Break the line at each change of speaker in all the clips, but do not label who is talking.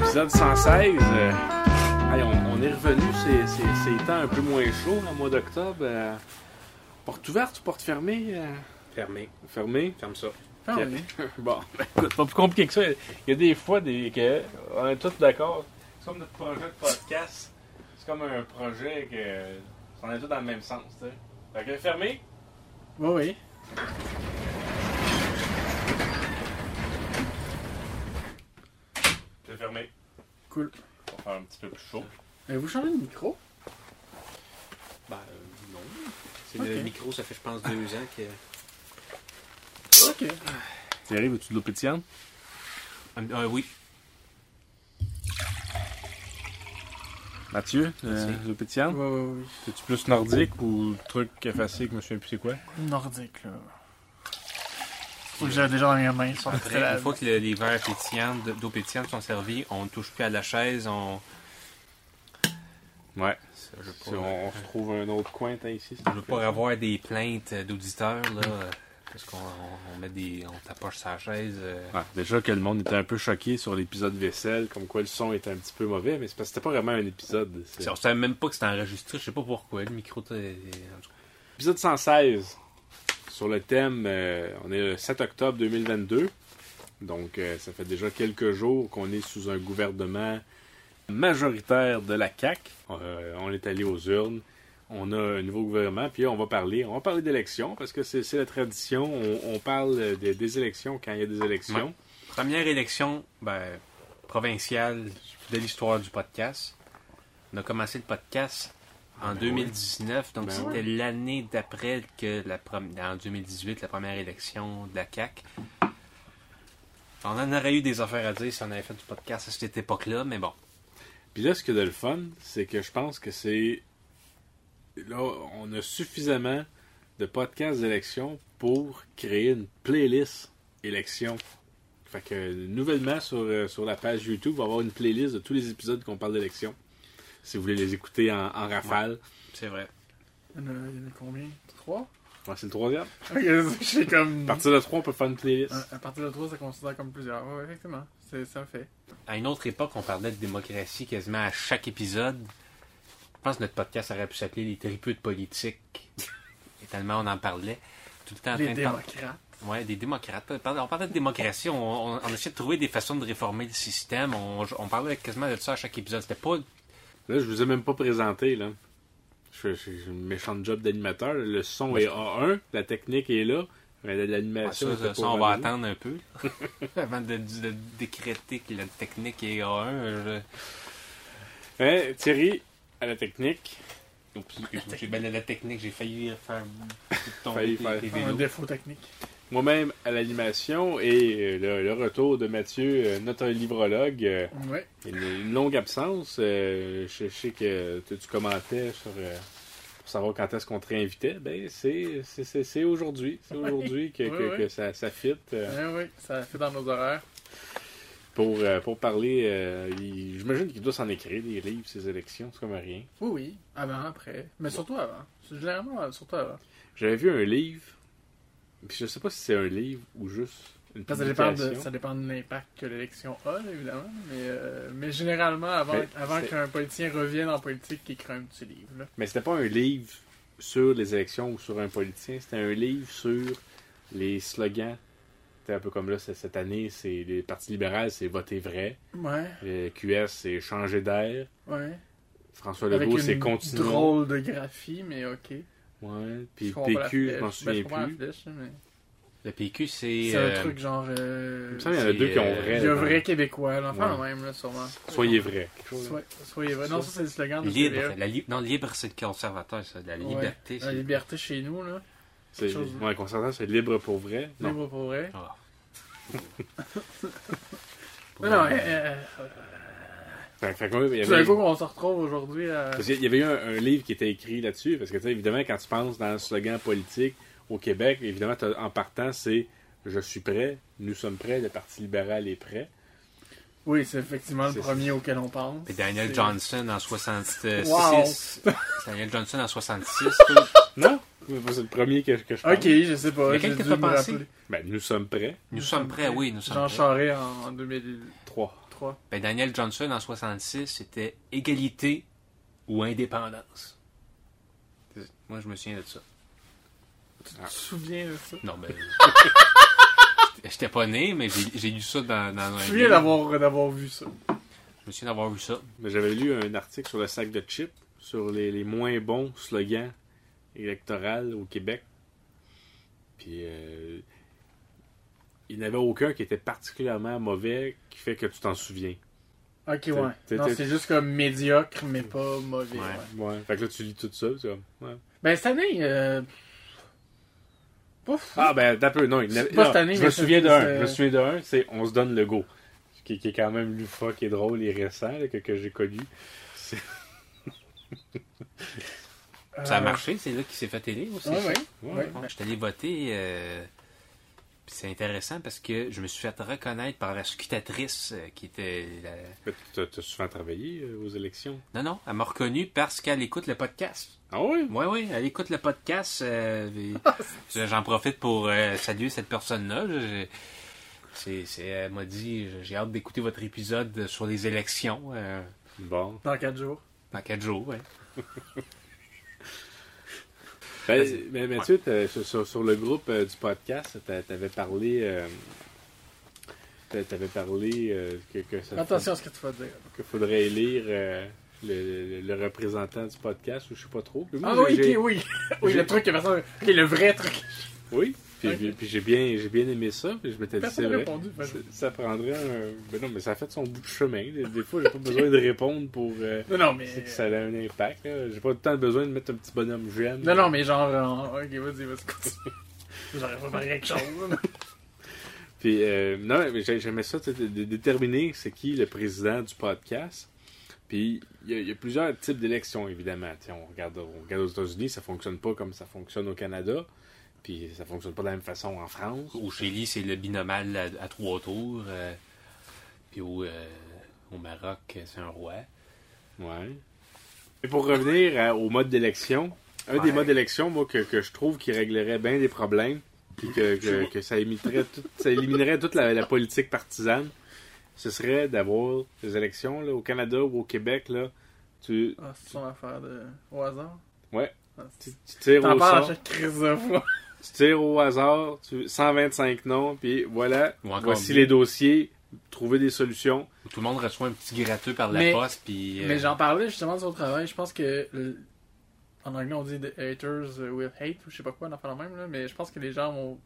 épisode 116. euh, hey, on, on est revenu, c'est, c'est, c'est temps un peu moins chaud, le mois d'octobre. euh, porte ouverte ou porte fermée euh,
Fermé.
Fermée.
Ferme ça.
Ah
Fermée. Bon, ben, écoute, pas plus compliqué que ça. Il y a des fois des, que on est tous d'accord. C'est comme notre projet de podcast. C'est comme un projet que. On est tous dans le même sens, tu sais. Fait que fermé,
Oui, oui.
c'est fermé.
Cool.
Pour faire un petit peu plus chaud.
Avez-vous changé de micro?
Ben, euh, non. C'est
Ok.
le micro, ça fait, je pense, deux ans que.
Ok.
Thierry, veux-tu de l'eau pétillante?
Ah, euh, oui.
Mathieu,
Merci.
de l'eau pétillante?
Oui, oui,
C'est-tu plus nordique ou truc effacé que je me souviens plus c'est quoi?
oui. Nordique, là. Faut que j'avais déjà dans mes mains. Sur
Après, une fois que le- les verres pétillants, de- d'eau pétillante sont servis, on ne touche plus à la chaise, on.
Ouais.
Ça, Je
Si
veux pas,
on, on se trouve un autre coin tant ici.
je veux pas avoir des plaintes euh, d'auditeurs, là. euh, Parce qu'on on- on met des. On tapoche sa chaise. euh.
Ah, déjà que le monde était un peu choqué sur l'épisode vaisselle, comme quoi le son était un petit peu mauvais, mais c'est parce que c'était pas vraiment un épisode. C'est
On savait même pas que c'était enregistré, je sais pas pourquoi. Le micro. t'es- en tout cas.
épisode 116 sur le thème. euh, on est le 7 octobre 2022, donc euh, ça fait déjà quelques jours qu'on est sous un gouvernement majoritaire de la CAC. Euh, on est allé aux urnes. On a un nouveau gouvernement, puis on va parler, on va parler d'élections, parce que c'est c'est la tradition, on, on parle des, des élections quand il y a des élections.
Ouais. Première élection ben, provinciale de l'histoire du podcast. On a commencé le podcast en
Ah, ben
2019, donc
Ben
c'était l'année d'après que la prom- en 2018, la première élection de la CAC. On en aurait eu des affaires à dire si on avait fait du podcast à cette époque-là, mais bon.
Puis là, ce qu'il y a de le fun, c'est que je pense que c'est. Là, on a suffisamment de podcasts d'élection pour créer une playlist élection. Fait que, nouvellement, sur, euh, sur la page YouTube, on va avoir une playlist de tous les épisodes qu'on parle d'élection. Si vous voulez les écouter en, en rafale.
C'est vrai.
Il y en a, il y en a combien? Trois?
Ouais, c'est le troisième.
Ok, je suis comme...
À partir de trois, on peut faire une playlist.
À, à partir de trois, ça considère comme plusieurs. Oui, effectivement. C'est ça fait.
À une autre époque, on parlait de démocratie quasiment à chaque épisode. Je pense que notre podcast aurait pu s'appeler Les tripeux de politique. Et tellement on en parlait. Tout le temps en train
Les
de parler-
démocrates.
Ouais, des démocrates. Pardon, On parlait de démocratie, on, on, on essayait de trouver des façons de réformer le système. On, on parlait quasiment de ça à chaque épisode. C'était pas.
Là, je vous ai même pas présenté, là. Je fais- J'ai j'ai une méchante job d'animateur. Le son est A1, la technique est là. mais
Ouais,
L'animation,
ça,
était
ça,
pas
ça, on va
validée.
attendre un peu avant de, de décréter que la technique est A1. euh,
Hein, Thierry, à la technique.
je- Oups, excuse-moi, j'ai ben, la technique, j'ai failli faire
Failli
tomber tes-
faire-
tes
Un
vélos.
défaut technique.
Moi-même à l'animation et euh, le, le retour de Mathieu, euh, notre librologue. euh,
Oui.
une, une longue absence. euh, je, je sais que tu, tu commentais sur euh, pour savoir quand est-ce qu'on te réinvitait. Ben, c'est c'est- c'est- c'est aujourd'hui. C'est aujourd'hui que,
Ouais,
que-
ouais.
que ça, ça fit. euh,
Oui, oui. Ça fait dans nos horaires.
pour, euh, pour parler, euh, il- j'imagine qu'il doit s'en écrire des livres, ces élections. C'est comme rien.
Oui, oui. Avant, après. Mais surtout avant. Généralement, euh, surtout avant.
J'avais vu un livre. Puis je sais pas si c'est un livre ou juste une
Ça dépend, de,
publication.
ça dépend de l'impact que l'élection a, là, évidemment. Mais, euh, mais généralement, avant,
Mais
avant
c'est-
qu'un politicien revienne en politique, il crée un petit livre. là.
Mais c'était pas un livre sur les élections ou sur un politicien, c'était un livre sur les slogans. C'était un peu comme là, c'est- cette année, c'est les partis libéraux, c'est voter vrai.
Ouais,
Le QS, c'est changer d'air.
ouais.
François Legault, c'est continuer.
drôle de graphie, mais ok.
Ouais. Puis
Je comprends pas la
PQ, je
flèche.
m'en
Ben,
souviens
comprends la
plus.
flèche, mais-
Le PQ, c'est.
C'est
euh,
un truc genre.
Il
Euh...
me semble qu'il y en a
c'est,
deux qui ont
euh,
vrai.
Il y a
dedans.
vrai québécois, l'enfant
Ouais.
même, là, sûrement.
Soyez vrai.
Soyez, soyez vrai. Non, ça, c'est le slogan de TVA.
Libre. La li- Non, libre, c'est le conservateur, ça. La
Ouais.
liberté.
La
c'est-
liberté chez nous, là.
C'est
Chose-
ouais, concernant, c'est libre pour vrai. Non.
Libre pour vrai.
Ah.
Mais non, euh, euh,
Fait- fait que, il y
tout d'un
avait-
coup, on se retrouve aujourd'hui à.
Parce qu'il y avait eu un, un livre qui était écrit là-dessus, parce que, tu sais, évidemment, quand tu penses dans le slogan politique au Québec, évidemment, t'as- en partant, c'est Je suis prêt, nous sommes prêts, le Parti libéral est prêt.
Oui, c'est effectivement
C'est-
le premier auquel on pense.
Puis Daniel
C'est-
Johnson en 66.
Wow.
Daniel Johnson en 66.
Non C'est le premier que, que je pense.
Ok, je sais pas.
Mais
j'ai
quel que
dû
t'as
me
pensé?
rappeler.
Ben, nous sommes prêts,
Nous sommes prêts, oui, nous sommes
Jean
prêts.
Charest en, en
trois.
2003. 63.
Ben, Daniel Johnson, en 66, c'était égalité ou indépendance. Moi, je me souviens de ça.
Ah.
Tu te souviens de ça?
Non, mais... euh, J'étais pas né, mais j'ai j'ai lu ça dans,
Ah,
dans
Tu
un
te souviens
livre.
d'avoir d'avoir vu ça.
Je me souviens d'avoir vu ça.
Mais j'avais lu un article sur le sac de chips, sur les, les moins bons slogans électoraux au Québec. Puis euh, il n'y en avait aucun qui était particulièrement mauvais, qui fait que tu t'en souviens.
Ok,
T'es-
ouais.
t'es-
Non,
t'es-
c'est juste comme médiocre, mais pas mauvais.
Ouais.
ouais.
Ouais. Fait que là, tu lis tout ça. tu vois. Ouais.
Ben, cette année, euh... Pouf.
Ah, ben, d'un peu, non. il
C'est
n'avait-
pas
non,
cette année,
je
mais
me
ça, euh,
souviens
c'est-
d'un. Je me souviens d'un, c'est On se donne le go. Qui, qui est quand même l'UFA qui est drôle et récent, là, que, que j'ai connu.
Ça a
Euh,
marché, c'est là qu'il s'est fait élire aussi.
Ouais, ouais.
Ouais.
Ouais.
Je suis allé voter. euh, puis c'est intéressant parce que je me suis fait reconnaître par la scutatrice euh, qui était. la-
Fait que t'as- T'as souvent travaillé euh, aux élections.
Non, non, elle m'a reconnu parce qu'elle écoute le podcast.
Ah ouais?
Oui, oui, elle écoute le podcast. euh, et-
Ah,
je- J'en profite pour euh, saluer cette personne-là. Je- je- c'est- c'est- elle m'a dit j'ai hâte d'écouter votre épisode sur les élections euh,
Bon.
Dans 4 jours.
dans quatre jours. ouais.
Ben,
Vas-y.
mais Mathieu, t'as- sur, sur- sur le groupe euh, du podcast, t'a- t'avais parlé. euh, t'a- t'avais parlé euh, que, que ça
Attention à ce que tu vas dire.
que faudrait élire euh, le, le- le représentant du podcast ou je sais pas trop. Moi,
Ah
j'ai- j'ai-
oui, ok, oui. Oui, le
j'ai-
truc que personne. Ok, le vrai truc.
Oui, puis,
Ok.
puis j'ai bien, j'ai bien aimé ça, puis je m'étais dit, c'est
Personne n'a
vrai.
répondu.
Ça, ça prendrait un. Ben non, mais ça a fait son bout de chemin. Des, des fois, j'ai pas besoin de répondre pour. euh,
Non, non, mais.
c'est que ça a un impact. là. J'ai pas tant besoin de mettre un petit bonhomme jeune.
Non, non, mais genre. euh, Ok, vas-y, vas-y, continue. J'aurais pas parlé quelque chose. là.
Puis, euh, non, mais j'ai- j'aimais ça, tu sais, de, de déterminer c'est qui le président du podcast. Puis, il y, a- il y a plusieurs types d'élections, évidemment. Tu sais, on, regarde, on regarde aux États-Unis, ça fonctionne pas comme ça fonctionne au Canada. Puis, ça fonctionne pas de la même façon en France.
Au Chili, c'est le binomal à, à trois tours. euh, puis au, euh, au Maroc, c'est un roi.
Ouais. Et pour revenir à- au mode d'élection, un des
Ouais.
modes d'élection, moi, que, que je trouve qui réglerait bien des problèmes, puis que, que- que ça, imiterait tout- ça éliminerait toute la, la politique partisane, ce serait d'avoir des élections là, au Canada ou au Québec. Là, tu,
Ah, c'est son affaire de. Au hasard.
Ouais.
Ah,
tu-
c'est-
tu tires
T'en
au
parles à
sort,
chaque crise de fois.
tu tires au hasard, tu, 125 noms, puis voilà,
Ou encore
voici
mieux.
les dossiers, trouver des solutions.
Où tout le monde reçoit un petit gratteux par la
Mais-
poste. Puis, euh,
Mais j'en parlais justement de son travail. Je pense que. le- En anglais, on dit The haters will hate ou je sais pas quoi, on en parle même, là. Mais je pense que les gens vont.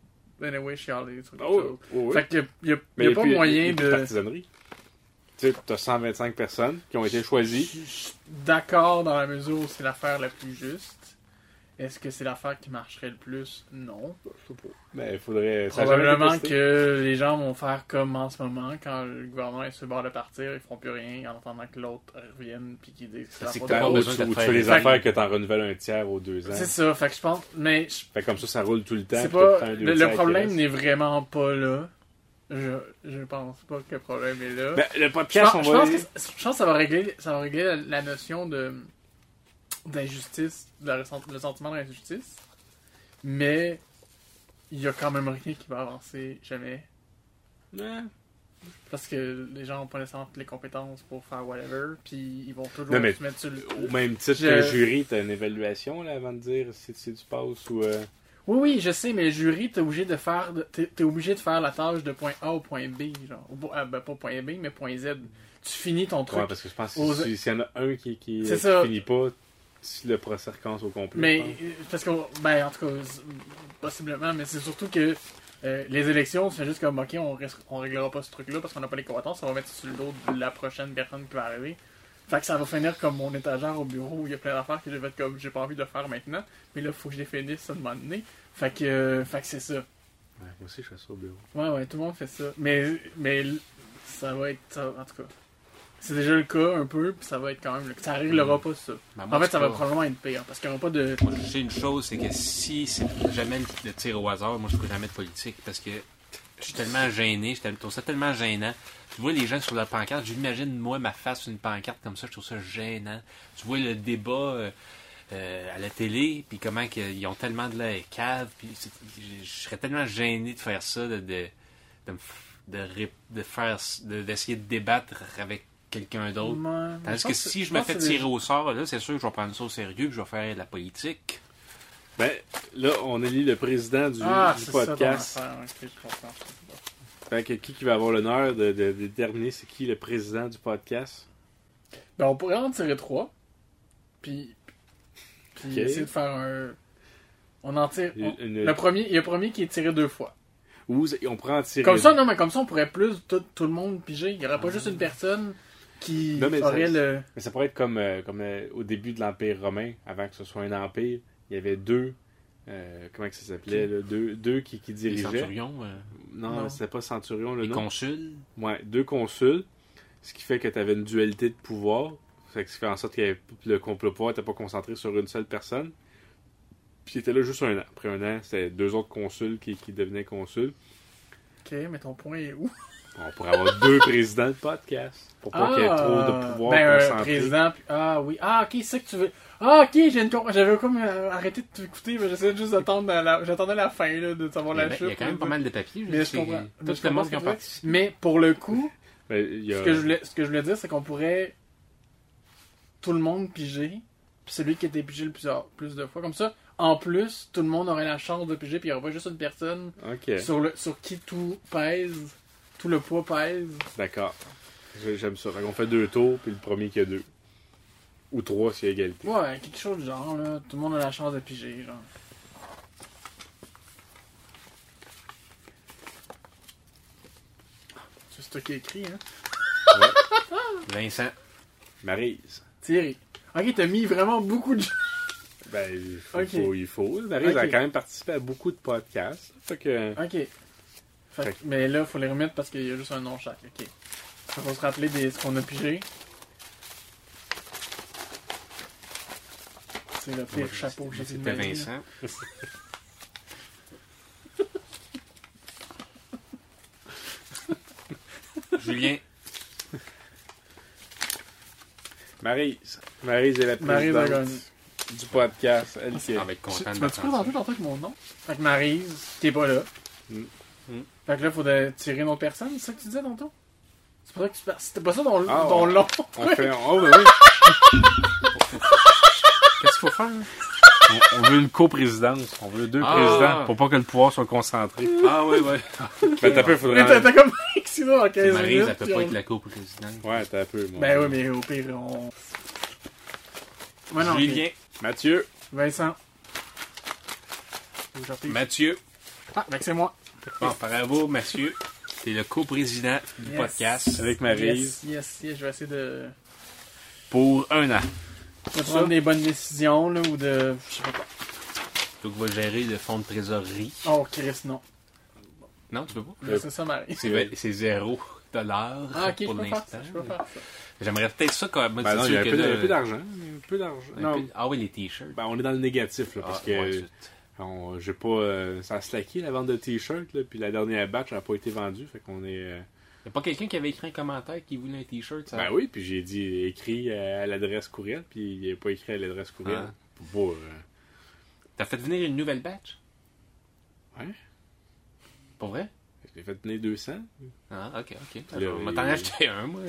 Anyway, chialer sur quelque chose.
Oh, oh, oui.
Fait qu'il n'y a,
Mais
y a
y
pas
plus- y
moyen
a plus
de.
partisanerie. Tu sais, t'as 125 personnes qui ont été choisies.
Je suis d'accord dans la mesure où c'est l'affaire la plus juste. Est-ce que c'est l'affaire qui marcherait le plus Non.
Mais il faudrait. ça a jamais été
Probablement
testé.
que les gens vont faire comme en ce moment, quand le gouvernement est sur le bord de partir, ils feront plus rien en attendant que l'autre revienne puis qu'ils disent que c'est
Ça,
la
c'est
faute
que
de
Ben,
t'as pas
ou
l'autre.
besoin
tu,
de
ou tu
faire-
fais les
Fait-
affaires que t'en renouvelles un tiers aux deux ans.
C'est ça, fait que je pense. Mais je-
Fait comme ça, ça roule tout le temps.
c'est
puis hein. t'as
pas.
tout temps deux
Le, le
tiers qui
problème
restent.
n'est vraiment pas là. Je, je pense pas que le problème est là.
Ben, le
Je
podcast,
pense, je
on va.
pense que, je pense que ça va régler, ça va régler la, la notion de d'injustice, de la ressent- le sentiment d'injustice, mais il y a quand même rien qui va avancer jamais
Non,
parce que les gens n'ont pas nécessairement toutes les compétences pour faire whatever, puis ils vont toujours
Non, mais-
se mettre sur le.
Au même titre
Je-
qu'un jury, t'as une évaluation là, avant de dire si, si tu passes ou. euh,
Oui, oui, je sais, mais le jury, t'es obligé de faire, de- t'es t'es obligé de faire la tâche de point A au point B, genre, Ou pas- ah, ben, pas point B, mais point Z. Tu finis ton truc.
ouais, parce que je pense que
Aux-
si- s'il y en a un qui, qui, euh,
C'est
qui
ça.
finit pas, si le procès recommence au complet.
Mais
je pense.
euh, parce que ben en tout cas c'est- possiblement, mais c'est surtout que euh, les élections, c'est juste comme ok, on, ris- on réglera pas ce truc-là parce qu'on n'a pas les compétences, on va mettre ça sur le dos de la prochaine personne qui va arriver. Fait que ça va finir comme mon étagère au bureau où il y a plein d'affaires que je vais être comme j'ai pas envie de le faire maintenant, mais là faut que je les finisse à un moment donné. Fait que, euh, fait que c'est ça.
Ouais, moi aussi, je suis ça au bureau.
Ouais ouais, tout le monde fait ça. Mais mais l- ça va être ça, en tout cas. C'est déjà le cas un peu, puis ça va être quand même le- ça réglera pas ça.
ben, moi,
En fait,
c'est
ça va
pas-
probablement être pire parce qu'il n'y aura pas de
Moi, je sais une chose, c'est que si c'est jamais le, le tir au hasard, moi, je ne jamais de politique parce que je suis tellement gêné, je tel- trouve ça tellement gênant. Tu vois les gens sur la pancarte, j'imagine, moi, ma face sur une pancarte comme ça, je trouve ça gênant. Tu vois le débat euh, euh, à la télé, puis comment qu'ils ils ont tellement de la cave, puis c'est- je je serais tellement gêné de faire ça, de, de, de me f- de, ré- de faire, s- de- d'essayer de débattre avec quelqu'un d'autre.
Ouais, mais
Tandis
je
que
pense
si je
pense
me fais
que c'est
tirer au sort, là, c'est sûr que je vais prendre ça au sérieux, puis je vais faire de la politique.
Ben, là, on élit le président du,
des- Ah,
du
c'est ça,
podcast.
ton affaire, ok, je comprends.
Fait que qui, qui va avoir l'honneur de, de- de déterminer c'est qui le président du podcast?
Ben, on pourrait en tirer trois. Puis. Puis
Ok. Euh,
essayer de faire un. On en tire. on-
Une-
Le premier, il y a le premier qui est tiré deux fois.
Ou c'est- on prend en tirer.
Comme ça, non, mais comme ça, on pourrait plus tout, tout le monde piger. Il n'y aurait pas juste une personne qui
Ah. Non, mais ça-
aurait le.
Mais ça pourrait être comme, euh, comme euh, au début de l'Empire romain, avant que ce soit un empire, il y avait deux. euh, comment que ça s'appelait là? deux, deux qui, qui
Les
dirigeaient.
centurions, euh,
Non,
Non.
c'était pas centurion le
les
nom.
consuls.
Ouais, deux consuls, ce qui fait que tu avais une dualité de pouvoir, fait que ce qui fait en sorte que le complot pouvoir n'était pas concentré sur une seule personne. Puis il était là juste un an. Après un an, c'était deux autres consuls qui, qui devenaient consuls.
Ok, mais ton point est où
On pourrait avoir deux présidents de podcast pour pas qu'il y ait trop de pouvoir
ben, euh,
concentré.
président, puis- ah oui. Ah, ok, c'est ça que tu veux. Ah, ok, j'ai une com- j'avais comme euh, arrêté de t'écouter, mais j'essayais juste d'attendre la... j'attendais la fin là, de savoir
Il y a,
la
il y a
chute.
quand même pas mal de papiers.
Mais je
sais,
comprends. Mais
Tout
je
le
comprends
monde
ce
qui
que
a
tu veux.
participé.
Mais pour le coup,
Ben, il y a-
ce, que je voulais, ce que je voulais dire, c'est qu'on pourrait tout le monde piger, puis celui qui était pigé le plus, ah, plus de fois. Comme ça, en plus, tout le monde aurait la chance de piger, puis il n'y aurait pas juste une personne
Ok,
sur, le, sur qui tout pèse, tout le poids pèse.
d'accord. Je- J'aime ça. Fait qu'on fait deux tours, puis le premier qui a deux. Ou trois s'il y a égalité.
Ouais, quelque chose du genre, là. Tout le monde a la chance de piger, genre. C'est toi qui écrit, hein.
Vincent.
Marise.
Thierry. Ok, t'as mis vraiment beaucoup de.
Ben, il faut.
Ok.
il faut- il faut. Maryse a
Ok.
quand même participé à beaucoup de podcasts. Fait que.
Ok. Fait que-
Fait que-
mais là, faut les remettre parce qu'il y a juste un nom chaque. Ok. On va se rappeler de ce qu'on a pigé. C'est le pire chapeau que j'ai vu de
C'était
ma vie, là.
Vincent. Julien.
Maryse. Maryse est la
Maryse a
présidente
gagné.
du podcast. Elle qui est-
On va être
Tu
ah, content
Bah, tu m'as-tu
de m'attendre.
présenté tantôt avec mon nom? Fait que Maryse, t'es pas là.
Mm.
Mm.
Fait que là, faudrait tirer une autre personne, c'est ça que tu disais tantôt? C'est pour ça que tu parles. C'était pas ça ton,
Ah,
ton
ouais.
long.
On fait. Oh, ben oui.
Qu'est-ce qu'il faut faire?
On, on veut une coprésidence. On veut deux
Ah.
présidents pour pas que le pouvoir soit concentré.
Ah ouais, ouais.
Ben, t'as peu,
Mais t'as
faudrait.
t'as comme accident en 15
Marise,
minutes.
elle peut
puis
pas
on-
être la co-présidente.
Ouais, t'as peu, moi.
Ben oui, mais au pire, on. Ouais, Ah, non,
Julien.
Mathieu.
ok. Vincent. Faut que je repige.
Mathieu.
Ah, fait que c'est moi.
Bon, bravo, Mathieu. T'es le co-président du
Yes.
podcast
Avec Maryse.
Yes, yes, yes, je vais essayer de,
pour un an.
de prendre des bonnes décisions, là, ou de. Je sais pas quoi.
Donc, va gérer le fonds de trésorerie.
Oh, Chris, non.
Non, tu peux pas?
Euh,
Mais C'est ça, Marie.
C'est, ve- c'est zéro dollar
Ah, ok, je
pour
peux faire
l'instant.
ça. Je peux faire ça.
J'aimerais peut-être ça quand même.
Ben non, il y a un peu- il y a un peu
d'argent.
d'argent. Il y a un peu d'argent. Non.
Ah oui, les t-shirts.
Ben, on est dans le négatif, là, parce
Ah,
que
ouais, zut.
on- j'ai pas. euh, ça a slacké la vente de t-shirts, là, puis la dernière batch n'a pas été vendue, fait qu'on est. euh,
Y a pas quelqu'un qui avait écrit un commentaire qui voulait un t-shirt, ça?
Ben oui, puis j'ai dit écrit à l'adresse courriel, puis il n'est pas écrit à l'adresse courriel.
Ah.
Pour pas, euh,
T'as fait venir une nouvelle batch?
Ouais.
Pour vrai?
J'ai fait tenir 200.
Ah, ok, ok.
Là,
On va
il-
t'en acheter un, moi.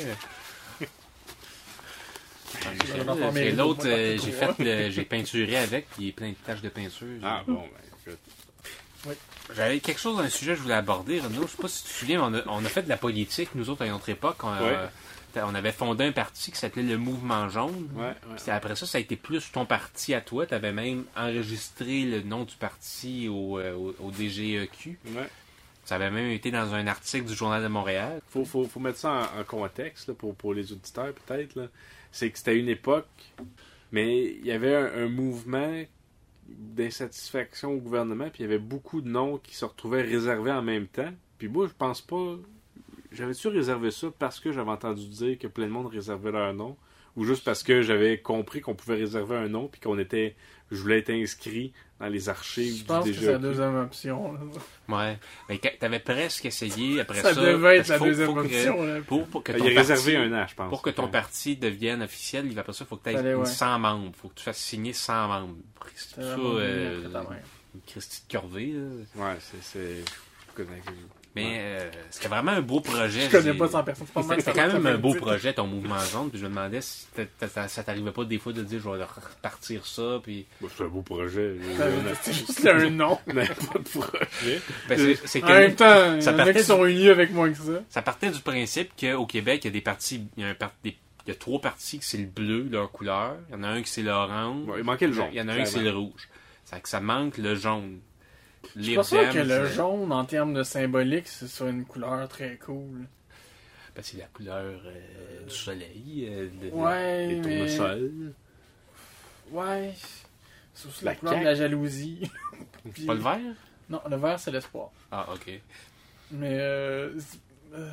Ah,
vais en faire
C'est
mes rideaux,
l'autre,
moi,
euh,
dans
j'ai
le couloir.
fait, le- j'ai peinturé avec, puis il y a plein de taches de peinture.
Ah bon, ben écoute.
J'avais quelque chose, un sujet que je voulais aborder, Renaud. Je sais pas si tu te souviens, mais on a, on a fait de la politique, nous autres, à notre époque. On, euh, on avait fondé un parti qui s'appelait le Mouvement Jaune.
Ouais, ouais.
Puis après ça, ça a été plus ton parti à toi. Tu avais même enregistré le nom du parti au, euh, au, au DGEQ.
ouais.
Ça avait même été dans un article du Journal de Montréal.
Faut, faut, faut mettre ça en, en contexte là, pour, pour les auditeurs, peut-être. là. C'est que c'était une époque, mais il y avait un, un mouvement d'insatisfaction au gouvernement, puis il y avait beaucoup de noms qui se retrouvaient réservés en même temps. Puis moi, je pense pas. J'avais-tu réservé ça parce que j'avais entendu dire que plein de monde réservait leur nom, ou juste parce que j'avais compris qu'on pouvait réserver un nom, puis qu'on était. Je voulais être inscrit dans les archives
Je pense
du
que c'est la
DGEQ.
deuxième option. là.
Ouais. Mais tu avais presque essayé après
Ça
ça.
devait être
parce
la
qu'il faut-
deuxième
faut que-
option, là.
Pour, pour que
Il
ton
est réservé
parti-
un an, je pense.
Pour que ton parti devienne officiel, il va après ça, faut que tu aies
Fallait, ouais.
100 membres. faut que tu fasses signer 100 membres. C'est
T'as
ça,
vraiment mis
euh,
après ta main.
une Christie de Corvée. là.
Ouais, c'est- c'est.
Mais euh, c'était vraiment un beau projet.
Je connais
J'ai-
pas 100 personnes. c'est pas mal,
C'était c'était
ça
quand
fait
même un beau
dire.
projet, ton mouvement zone. Puis je me demandais si t'a- t'a- t'a- ça t'arrivait pas des fois de dire je vais leur repartir ça. Puis...
Bah, c'est un beau projet.
Ça veut dire, C'est juste un nom.
On n'a pas de projet.
Ben, c'est- c'est
En
que-
même temps, il y
ça
en a
partait
qui
du-
sont unis avec moi que ça.
Ça partait du principe qu'au Québec, il y a des partis. Il y a, un par- des- il y a trois partis que c'est le bleu, leur couleur. Il y en a un qui c'est l'orange.
Bon, il manquait le jaune.
Il y en a un qui c'est
clairement.
le rouge. Ça, fait que ça manque le jaune.
Je suis pas sûr que le
jaune.
jaune, en termes de symbolique, ce soit une couleur très cool.
c'est la couleur euh, du soleil. euh, de-
Ouais,
Les
mais...
tournesols.
Ouais. C'est aussi la,
La
couleur de
caque.
la jalousie. Puis-
Pas le vert?
Non, le vert, c'est l'espoir.
Ah, ok.
Mais euh... c'est- euh,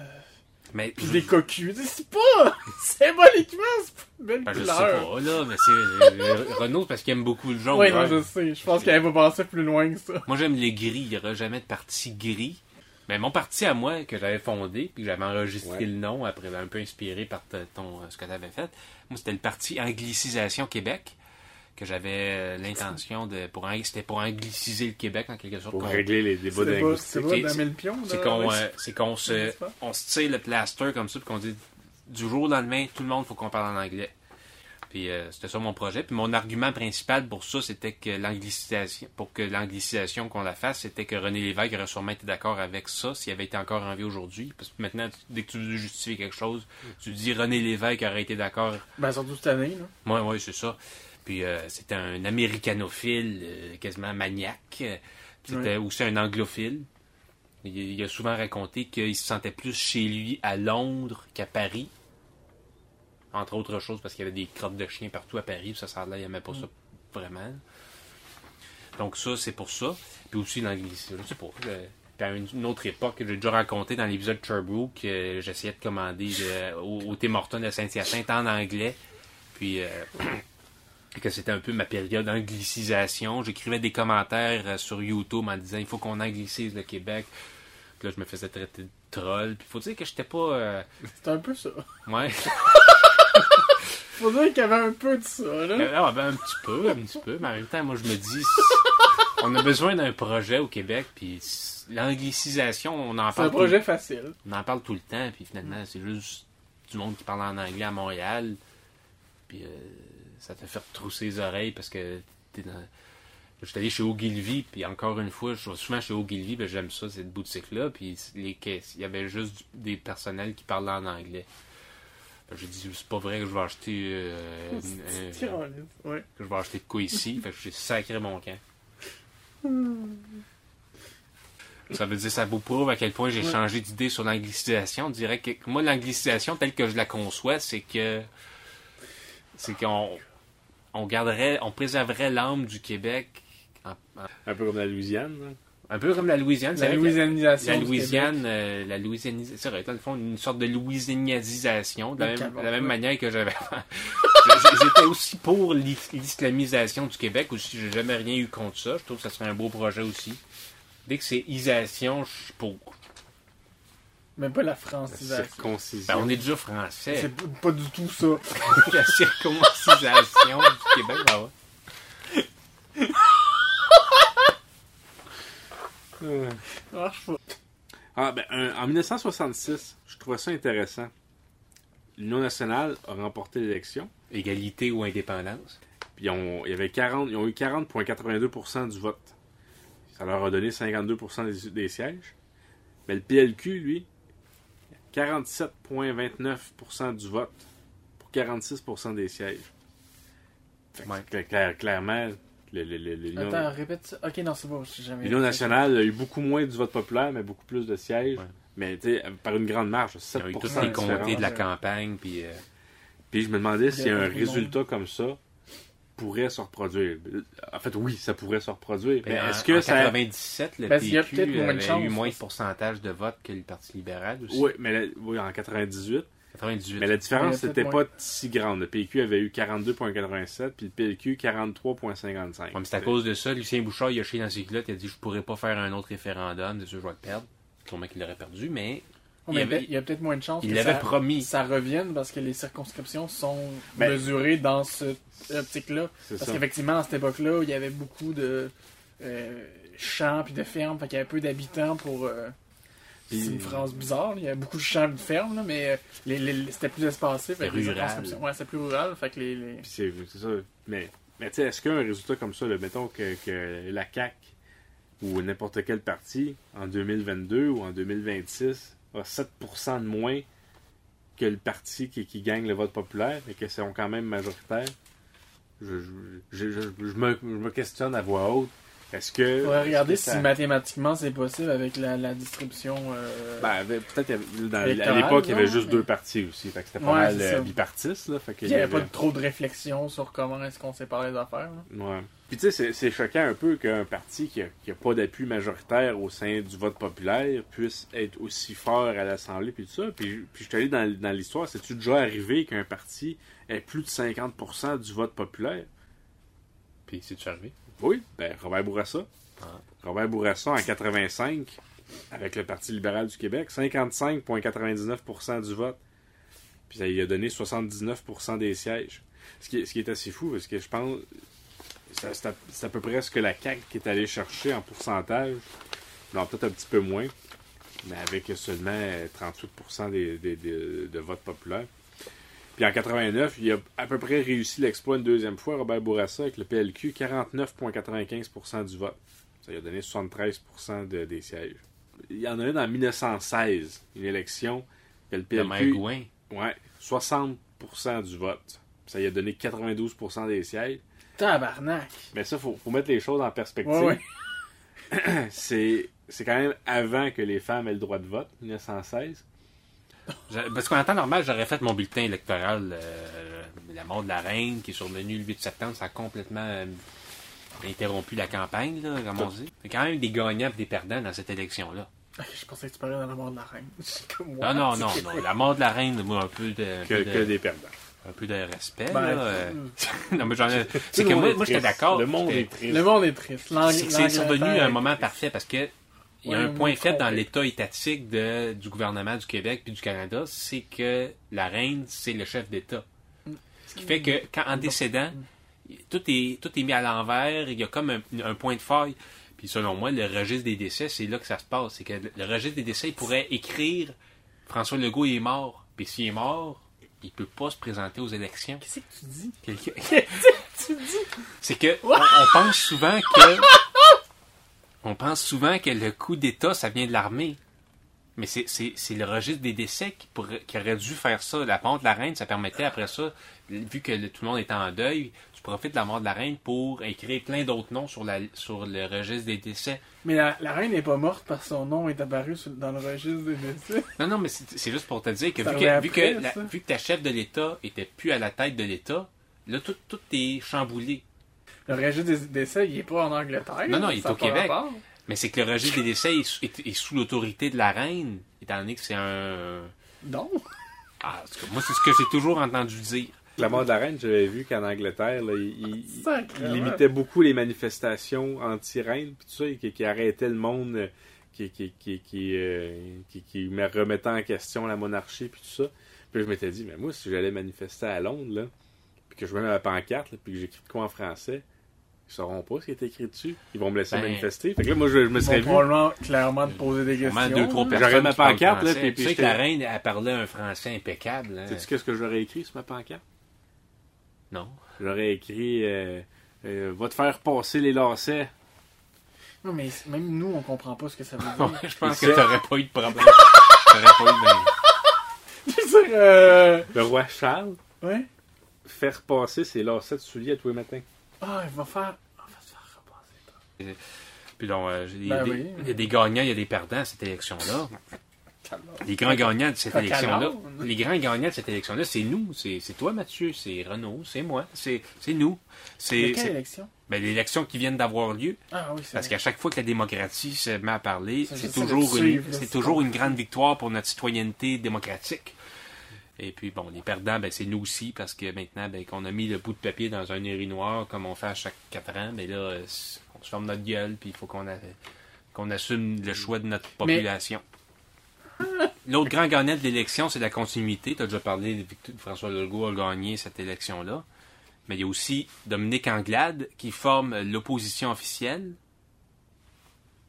Mais
Puis des cocus. tu sais, C'est pas... Symboliquement, c'est pas une belle
Ben, je sais
couleur.
pas, là, mais c'est euh, euh, Renault c'est parce qu'il aime beaucoup le jaune.
Ouais,
hein.
non, je sais. Je pense qu'elle avait pas pensé plus loin que ça.
Moi, j'aime les gris. Il n'y aura jamais de parti gris. Mais mon parti à moi, que j'avais fondé, puis que j'avais enregistré
Ouais.
le nom, après ben, un peu inspiré par te- ton, euh, ce que tu avais fait, moi, c'était le parti Anglicisation Québec, que j'avais euh, l'intention de. Pour, ang- c'était pour angliciser le Québec, en quelque sorte.
Pour
qu'on-
régler les débats
C'est pas, c'est
linguistiques.
pas
Ok,
damer le pion, là.
C'est qu'on
avec-
euh, c'est qu'on se,
n'est-ce pas?
on se tire le plaster comme ça, puis qu'on dit du jour au lendemain, tout le monde faut qu'on parle en anglais. Puis euh, c'était ça mon projet. Puis mon argument principal pour ça, c'était que l'anglicisation, pour que l'anglicisation qu'on la fasse, c'était que René Lévesque aurait sûrement été d'accord avec ça s'il avait été encore en vie aujourd'hui. Parce que maintenant, tu- dès que tu veux justifier quelque chose, tu dis René Lévesque aurait été d'accord
Ben, surtout cette année, là.
oui, oui, c'est ça. Puis euh, c'était un américanophile, euh, quasiment maniaque. Euh, C'était aussi un anglophile. Il, il a souvent raconté qu'il se sentait plus chez lui à Londres qu'à Paris. Entre autres choses, parce qu'il y avait des crottes de chiens partout à Paris. puis Ça, ça là, il n'aimait pas ça vraiment. Donc ça, c'est pour ça. Puis aussi l'anglicisme, je sais pas. euh, puis à une, une autre époque, j'ai déjà raconté dans l'épisode Sherbrooke, que j'essayais de commander euh, au, au Tim Hortons de Saint-Hyacinthe en anglais. Puis euh, que c'était un peu ma période d'anglicisation. J'écrivais des commentaires euh, sur YouTube en disant il faut qu'on anglicise le Québec. Puis là, je me faisais traiter de troll. Puis faut dire que j'étais pas... euh,
C'est un peu ça.
Ouais.
Faut dire qu'il y avait un peu de ça, là.
Ah, ben, un petit peu, un petit peu, mais en même temps, moi, je me dis, on a besoin d'un projet au Québec, puis l'anglicisation, on en
C'est un
parle, tout,
projet facile.
on en parle tout le temps, puis finalement, c'est juste du monde qui parle en anglais à Montréal, puis euh, ça te fait trousser les oreilles parce que t'es dans. Je suis allé chez Ogilvy, puis encore une fois, je suis souvent chez Ogilvy, puis j'aime ça, cette boutique-là, puis les caisses, il y avait juste du- des personnels qui parlaient en anglais. Fait que J'ai dit, c'est pas vrai que je vais acheter euh,
C'est
un- un-
tiroliste, ouais.
que je vais acheter de quoi ici. fait que j'ai sacré mon camp. Ça veut dire, ça vous prouve à quel point j'ai
Ouais.
changé d'idée sur l'anglicisation. On dirait que moi, l'anglicisation, telle que je la conçois, c'est que. C'est qu'on. On garderait. On préserverait l'âme du Québec. en- en-
Un peu comme la Louisiane. hein. là.
un peu comme la Louisiane. c'est
La
vrai que-
louisianisation.
la
du
Louisiane, euh, la Louisianisation, c'est vrai, dans le fond, une sorte de louisianisation, de la
Le
même,
cabaret.
de la même manière que j'avais. J'- J'étais aussi pour l'is- l'islamisation du Québec aussi, j'ai jamais rien eu contre ça. Je trouve que ça serait un beau projet aussi. Dès que c'est isation, je suis pour.
Québec. Mais pas la
La
francisation.
Ben,
circoncision.
on est déjà français.
C'est p- pas du tout ça.
la circoncisation du Québec, ben ouais.
Euh,
Ça marche pas.
Ah, ben, un- en 1966, je trouvais ça intéressant. L'Union nationale a remporté l'élection.
Égalité ou indépendance.
Puis ils ont, il y avait 40, ils ont eu 40,82% du vote. Ça leur a donné 52% des, des sièges. Mais le PLQ, lui, 47,29% du vote pour 46% des sièges. Fait que
Ouais.
cla- clair- clairement, le- le- le- l'Union
Attends, répète ça. Ok, non, c'est bon, je sais jamais.
l'Union nationale a eu beaucoup moins du vote populaire, mais beaucoup plus de sièges.
Ouais.
Mais tu sais, par une grande marge,
Ils ont
7%
eu tous
de
les comtés de la
différence. hein.
campagne, puis euh,
Puis je me demandais si
Il y a
un
tout le monde.
résultat comme ça pourrait se reproduire. En fait, oui, ça pourrait se reproduire. Mais
Ben, en-
est-ce que
en
ça...
97, le
Parce qu'il y a peut-être
PQ
moins de
avait
chance,
eu moins de
parce-
pourcentage de vote que le Parti libéral aussi.
Oui, mais la- oui, en 98.
98.
Mais la différence
Il y a
n'était
peut-être moins.
pas si grande. Le PQ avait eu 42,87 puis le PLQ 43,55.
Ouais, mais c'est à cause de ça, Lucien Bouchard, il a chié dans ses culottes, il a dit Je pourrais pas faire un autre référendum, c'est sûr, je vais le perdre. Sûrement qu'il l'aurait perdu, mais
Oh, mais
Il y avait-
Il y a peut-être moins de chances.
il
que
l'avait
ça-
promis.
Ça revienne parce que les circonscriptions sont
Mais-
Ben,
mesurées dans cette optique-là.
C'est
Parce
ça.
qu'effectivement, à cette époque-là, il y avait beaucoup de euh, champs puis de fermes, fait qu'il y a peu d'habitants pour. euh,
Puis-
c'est une phrase bizarre, là. il y a beaucoup de champs et de fermes, là, mais euh, les- les- c'était plus espacé. fait
C'était
que les
rural.
circonscriptions- Ouais, c'était plus rural, fait que les. les-
Puis c'est c'est ça. Mais, mais tu sais, est-ce qu'un résultat comme ça, là, mettons que, que la CAC ou n'importe quel parti en 2022 ou en 2026 a 7% de moins que le parti qui, qui gagne le vote populaire et que sont quand même majoritaires, je, je, je- je- je me, je me questionne à voix haute. Est-ce que.
euh,
Faudrait regarder
est-ce que
si
ça-
mathématiquement c'est possible avec la, la distribution. euh,
Ben,
Bah,
avait- peut-être il y avait- dans- à
Électoral,
l'époque, il y avait
genre,
juste
mais-
deux partis aussi. Fait que c'était pas
Ouais,
mal
c'est
euh,
ça.
bipartiste. Là, fait que
il n'y avait
il y
pas
avait-
de- trop de réflexion sur comment est-ce qu'on sépare les affaires. là.
Ouais. Puis tu sais, c'est- c'est choquant un peu qu'un parti qui a, qui a pas d'appui majoritaire au sein du vote populaire puisse être aussi fort à l'Assemblée, puis tout ça. Puis, puis je suis allé dans, dans l'histoire, c'est-tu déjà arrivé qu'un parti ait plus de 50% du vote populaire?
Puis c'est-tu arrivé?
Oui, ben Robert Bourassa.
Ah.
Robert Bourassa, en 85, avec le Parti libéral du Québec, 55,99% du vote. Puis ça lui a donné 79% des sièges. Ce qui, ce qui est assez fou, parce que je pense... ça- C'est à, c'est à peu près ce que la CAQ qui est allée chercher en pourcentage. Non, peut-être un petit peu moins. Mais avec seulement euh, 38% des, des- des- de votes populaires. Puis en 89, il a à peu près réussi l'exploit une deuxième fois, Robert Bourassa, avec le PLQ, 49,95% du vote. Ça lui a donné 73% de- des sièges. Il y en a eu dans 1916, une élection, que le
Le maire
PLQ...
Gouin.
Ouais, 60% du vote. Ça lui a donné 92% des sièges.
Tabarnak!
Mais ça, faut, faut mettre les choses en perspective.
Ouais, ouais.
C'est, c'est quand même avant que les femmes aient le droit de vote, 1916.
J'a- Parce qu'en temps normal, j'aurais fait mon bulletin électoral, euh, la mort de la reine qui est survenue le 8 septembre, ça a complètement euh, interrompu la campagne, là, comme on dit. Il y a quand même des gagnants et des perdants dans cette élection-là.
Je pensais que tu parlais dans la mort de la reine. Comme
Non,
moi.
Ah non, non, non. La mort de la reine, moi, un peu de, un
Que,
peu
que
de,
des perdants.
un peu de respect.
Ben,
là, euh.
hum.
non, mais j'en ai- C'est
Tout le
que
monde
moi,
est
moi j'étais
triste.
d'accord.
Le monde
C'était-
est triste.
Le monde est triste. L'Ang-
C'est que c'est survenu
l'Angleterre
à un
est
moment
triste.
parfait parce que il y a
Ah, Ouais,
un
on
point
est
faible dans
trompé.
l'état étatique de- du gouvernement du Québec puis du Canada, c'est que la reine, c'est le chef d'État. Ce qui fait que quand en décédant,
mm.
tout est, tout est mis à l'envers, il y a comme un, un point de faille. Puis selon moi, le registre des décès, c'est là que ça se passe. C'est que le registre des décès, il pourrait écrire François Legault est mort. Puis s'il est mort, il peut pas se présenter aux élections.
Qu'est-ce que tu dis?
Quelqu'un- C'est que on, on pense souvent que on pense souvent que le coup d'État ça vient de l'armée, mais c'est- c'est c'est le registre des décès qui, pourrait- qui aurait dû faire ça. La mort de la reine, ça permettait après ça, vu que le- tout le monde était en deuil, tu profites de la mort de la reine pour écrire plein d'autres noms sur la sur le registre des décès.
Mais la, la reine n'est pas morte parce que son nom est apparu sur- dans le registre des décès.
Non non, mais c'est c'est juste pour te dire que
Ça
vu que,
aurait
vu
après,
que la-
ça.
vu que ta chef de l'État était plus à la tête de l'État, là tout tout est chamboulé.
Le registre des décès, il est pas en Angleterre.
Non, non,
ça
il est
a
au
pas
Québec.
rapport.
Mais c'est que le registre des décès est, sous- est- est sous l'autorité de la reine, étant donné que c'est un.
Non.
Ah, en tout cas, moi, c'est ce que j'ai toujours entendu dire.
La mort de la reine, j'avais vu qu'en Angleterre, là, il, il- il
Sacrément.
limitait beaucoup les manifestations anti-reine, puis tout ça, et qui, qui arrêtait le monde, euh, qui, qui, qui, qui, euh, qui- qui me remettait en question la monarchie, puis tout ça. Puis je m'étais dit, mais moi, si j'allais manifester à Londres, là, puis que je mets ma pancarte, là, puis que j'écris de quoi en français, ils sauront pas ce qui est écrit dessus. Ils vont me laisser
Ben,
manifester. Fait que là, moi, je, je me
Ils
serais
vont
vu.
probablement clairement te poser des
Comment
questions.
deux, trois
J'aurais
personnes.
ma
qui parlent
pancarte, là,
français.
puis-
Tu
puis
sais
j'étais-
que la reine, elle parlait un français impeccable. hein.
Sais-tu qu'est-ce que j'aurais écrit sur ma pancarte?
Non.
J'aurais écrit euh, euh, Va te faire passer les lacets.
Non, mais c'est- même nous, on comprend pas ce que ça veut dire.
Je pense
C'est-
que t'aurais pas eu de problème. t'aurais pas eu
Je
de.
veux dire, euh...
Le roi Charles,
Ouais.
faire passer ses lacets de souliers à tous les matins.
Ah, il va faire... On va se faire repasser.
Puis donc, euh, j'ai- il y
Ben
a des-
oui.
il y a des gagnants, il y a des perdants à cette élection-là.
Calme.
Les grands gagnants de cette
Coq à
élection-là,
l'âne.
les grands gagnants de cette élection-là, c'est nous, c'est c'est toi Mathieu, c'est Renaud, c'est moi, c'est c'est nous,
Mais
c'est
quelle
c'est-
élection?
ben, l'élection qui vient d'avoir lieu.
Ah oui, c'est
Parce
vrai.
qu'à chaque fois que la démocratie se met à parler,
Ça,
c'est
j'essaie de
toujours, une,
suivre, là,
c'est
c'est
toujours
pas-
une grande victoire pour notre citoyenneté démocratique. Et puis, bon, les perdants, ben, c'est nous aussi, parce que maintenant, ben, qu'on a mis le bout de papier dans un urinoir, comme on fait à chaque quatre ans, ben là, euh, c'est- on se ferme notre gueule, puis il faut qu'on a- qu'on assume le choix de notre population. L'autre grand gagnant de l'élection, c'est la continuité. Tu as déjà parlé de Victor- François Legault a gagné cette élection-là. Mais il y a aussi Dominique Anglade qui forme l'opposition officielle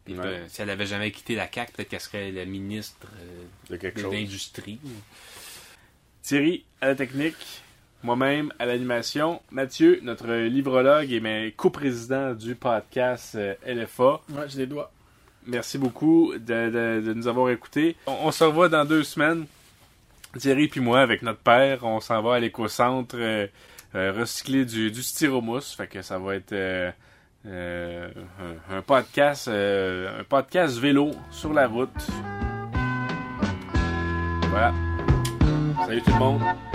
Puis,
Ouais.
ben, si elle avait jamais quitté la CAQ, peut-être qu'elle serait la ministre euh,
de quelque
de
chose.
l'industrie.
Thierry à la technique, moi-même à l'animation, Mathieu, notre livrologue et mes coprésident du podcast euh, LFA.
Ouais, j'ai des doigts.
Merci beaucoup de, de- de nous avoir écoutés. On, on se revoit dans deux semaines. Thierry puis moi, avec notre père, on s'en va à l'éco-centre euh, euh, recycler du, du styromousse. Fait que ça va être euh, euh, un, un podcast, euh, un podcast vélo sur la route. Voilà. Salut tout le monde.
euh,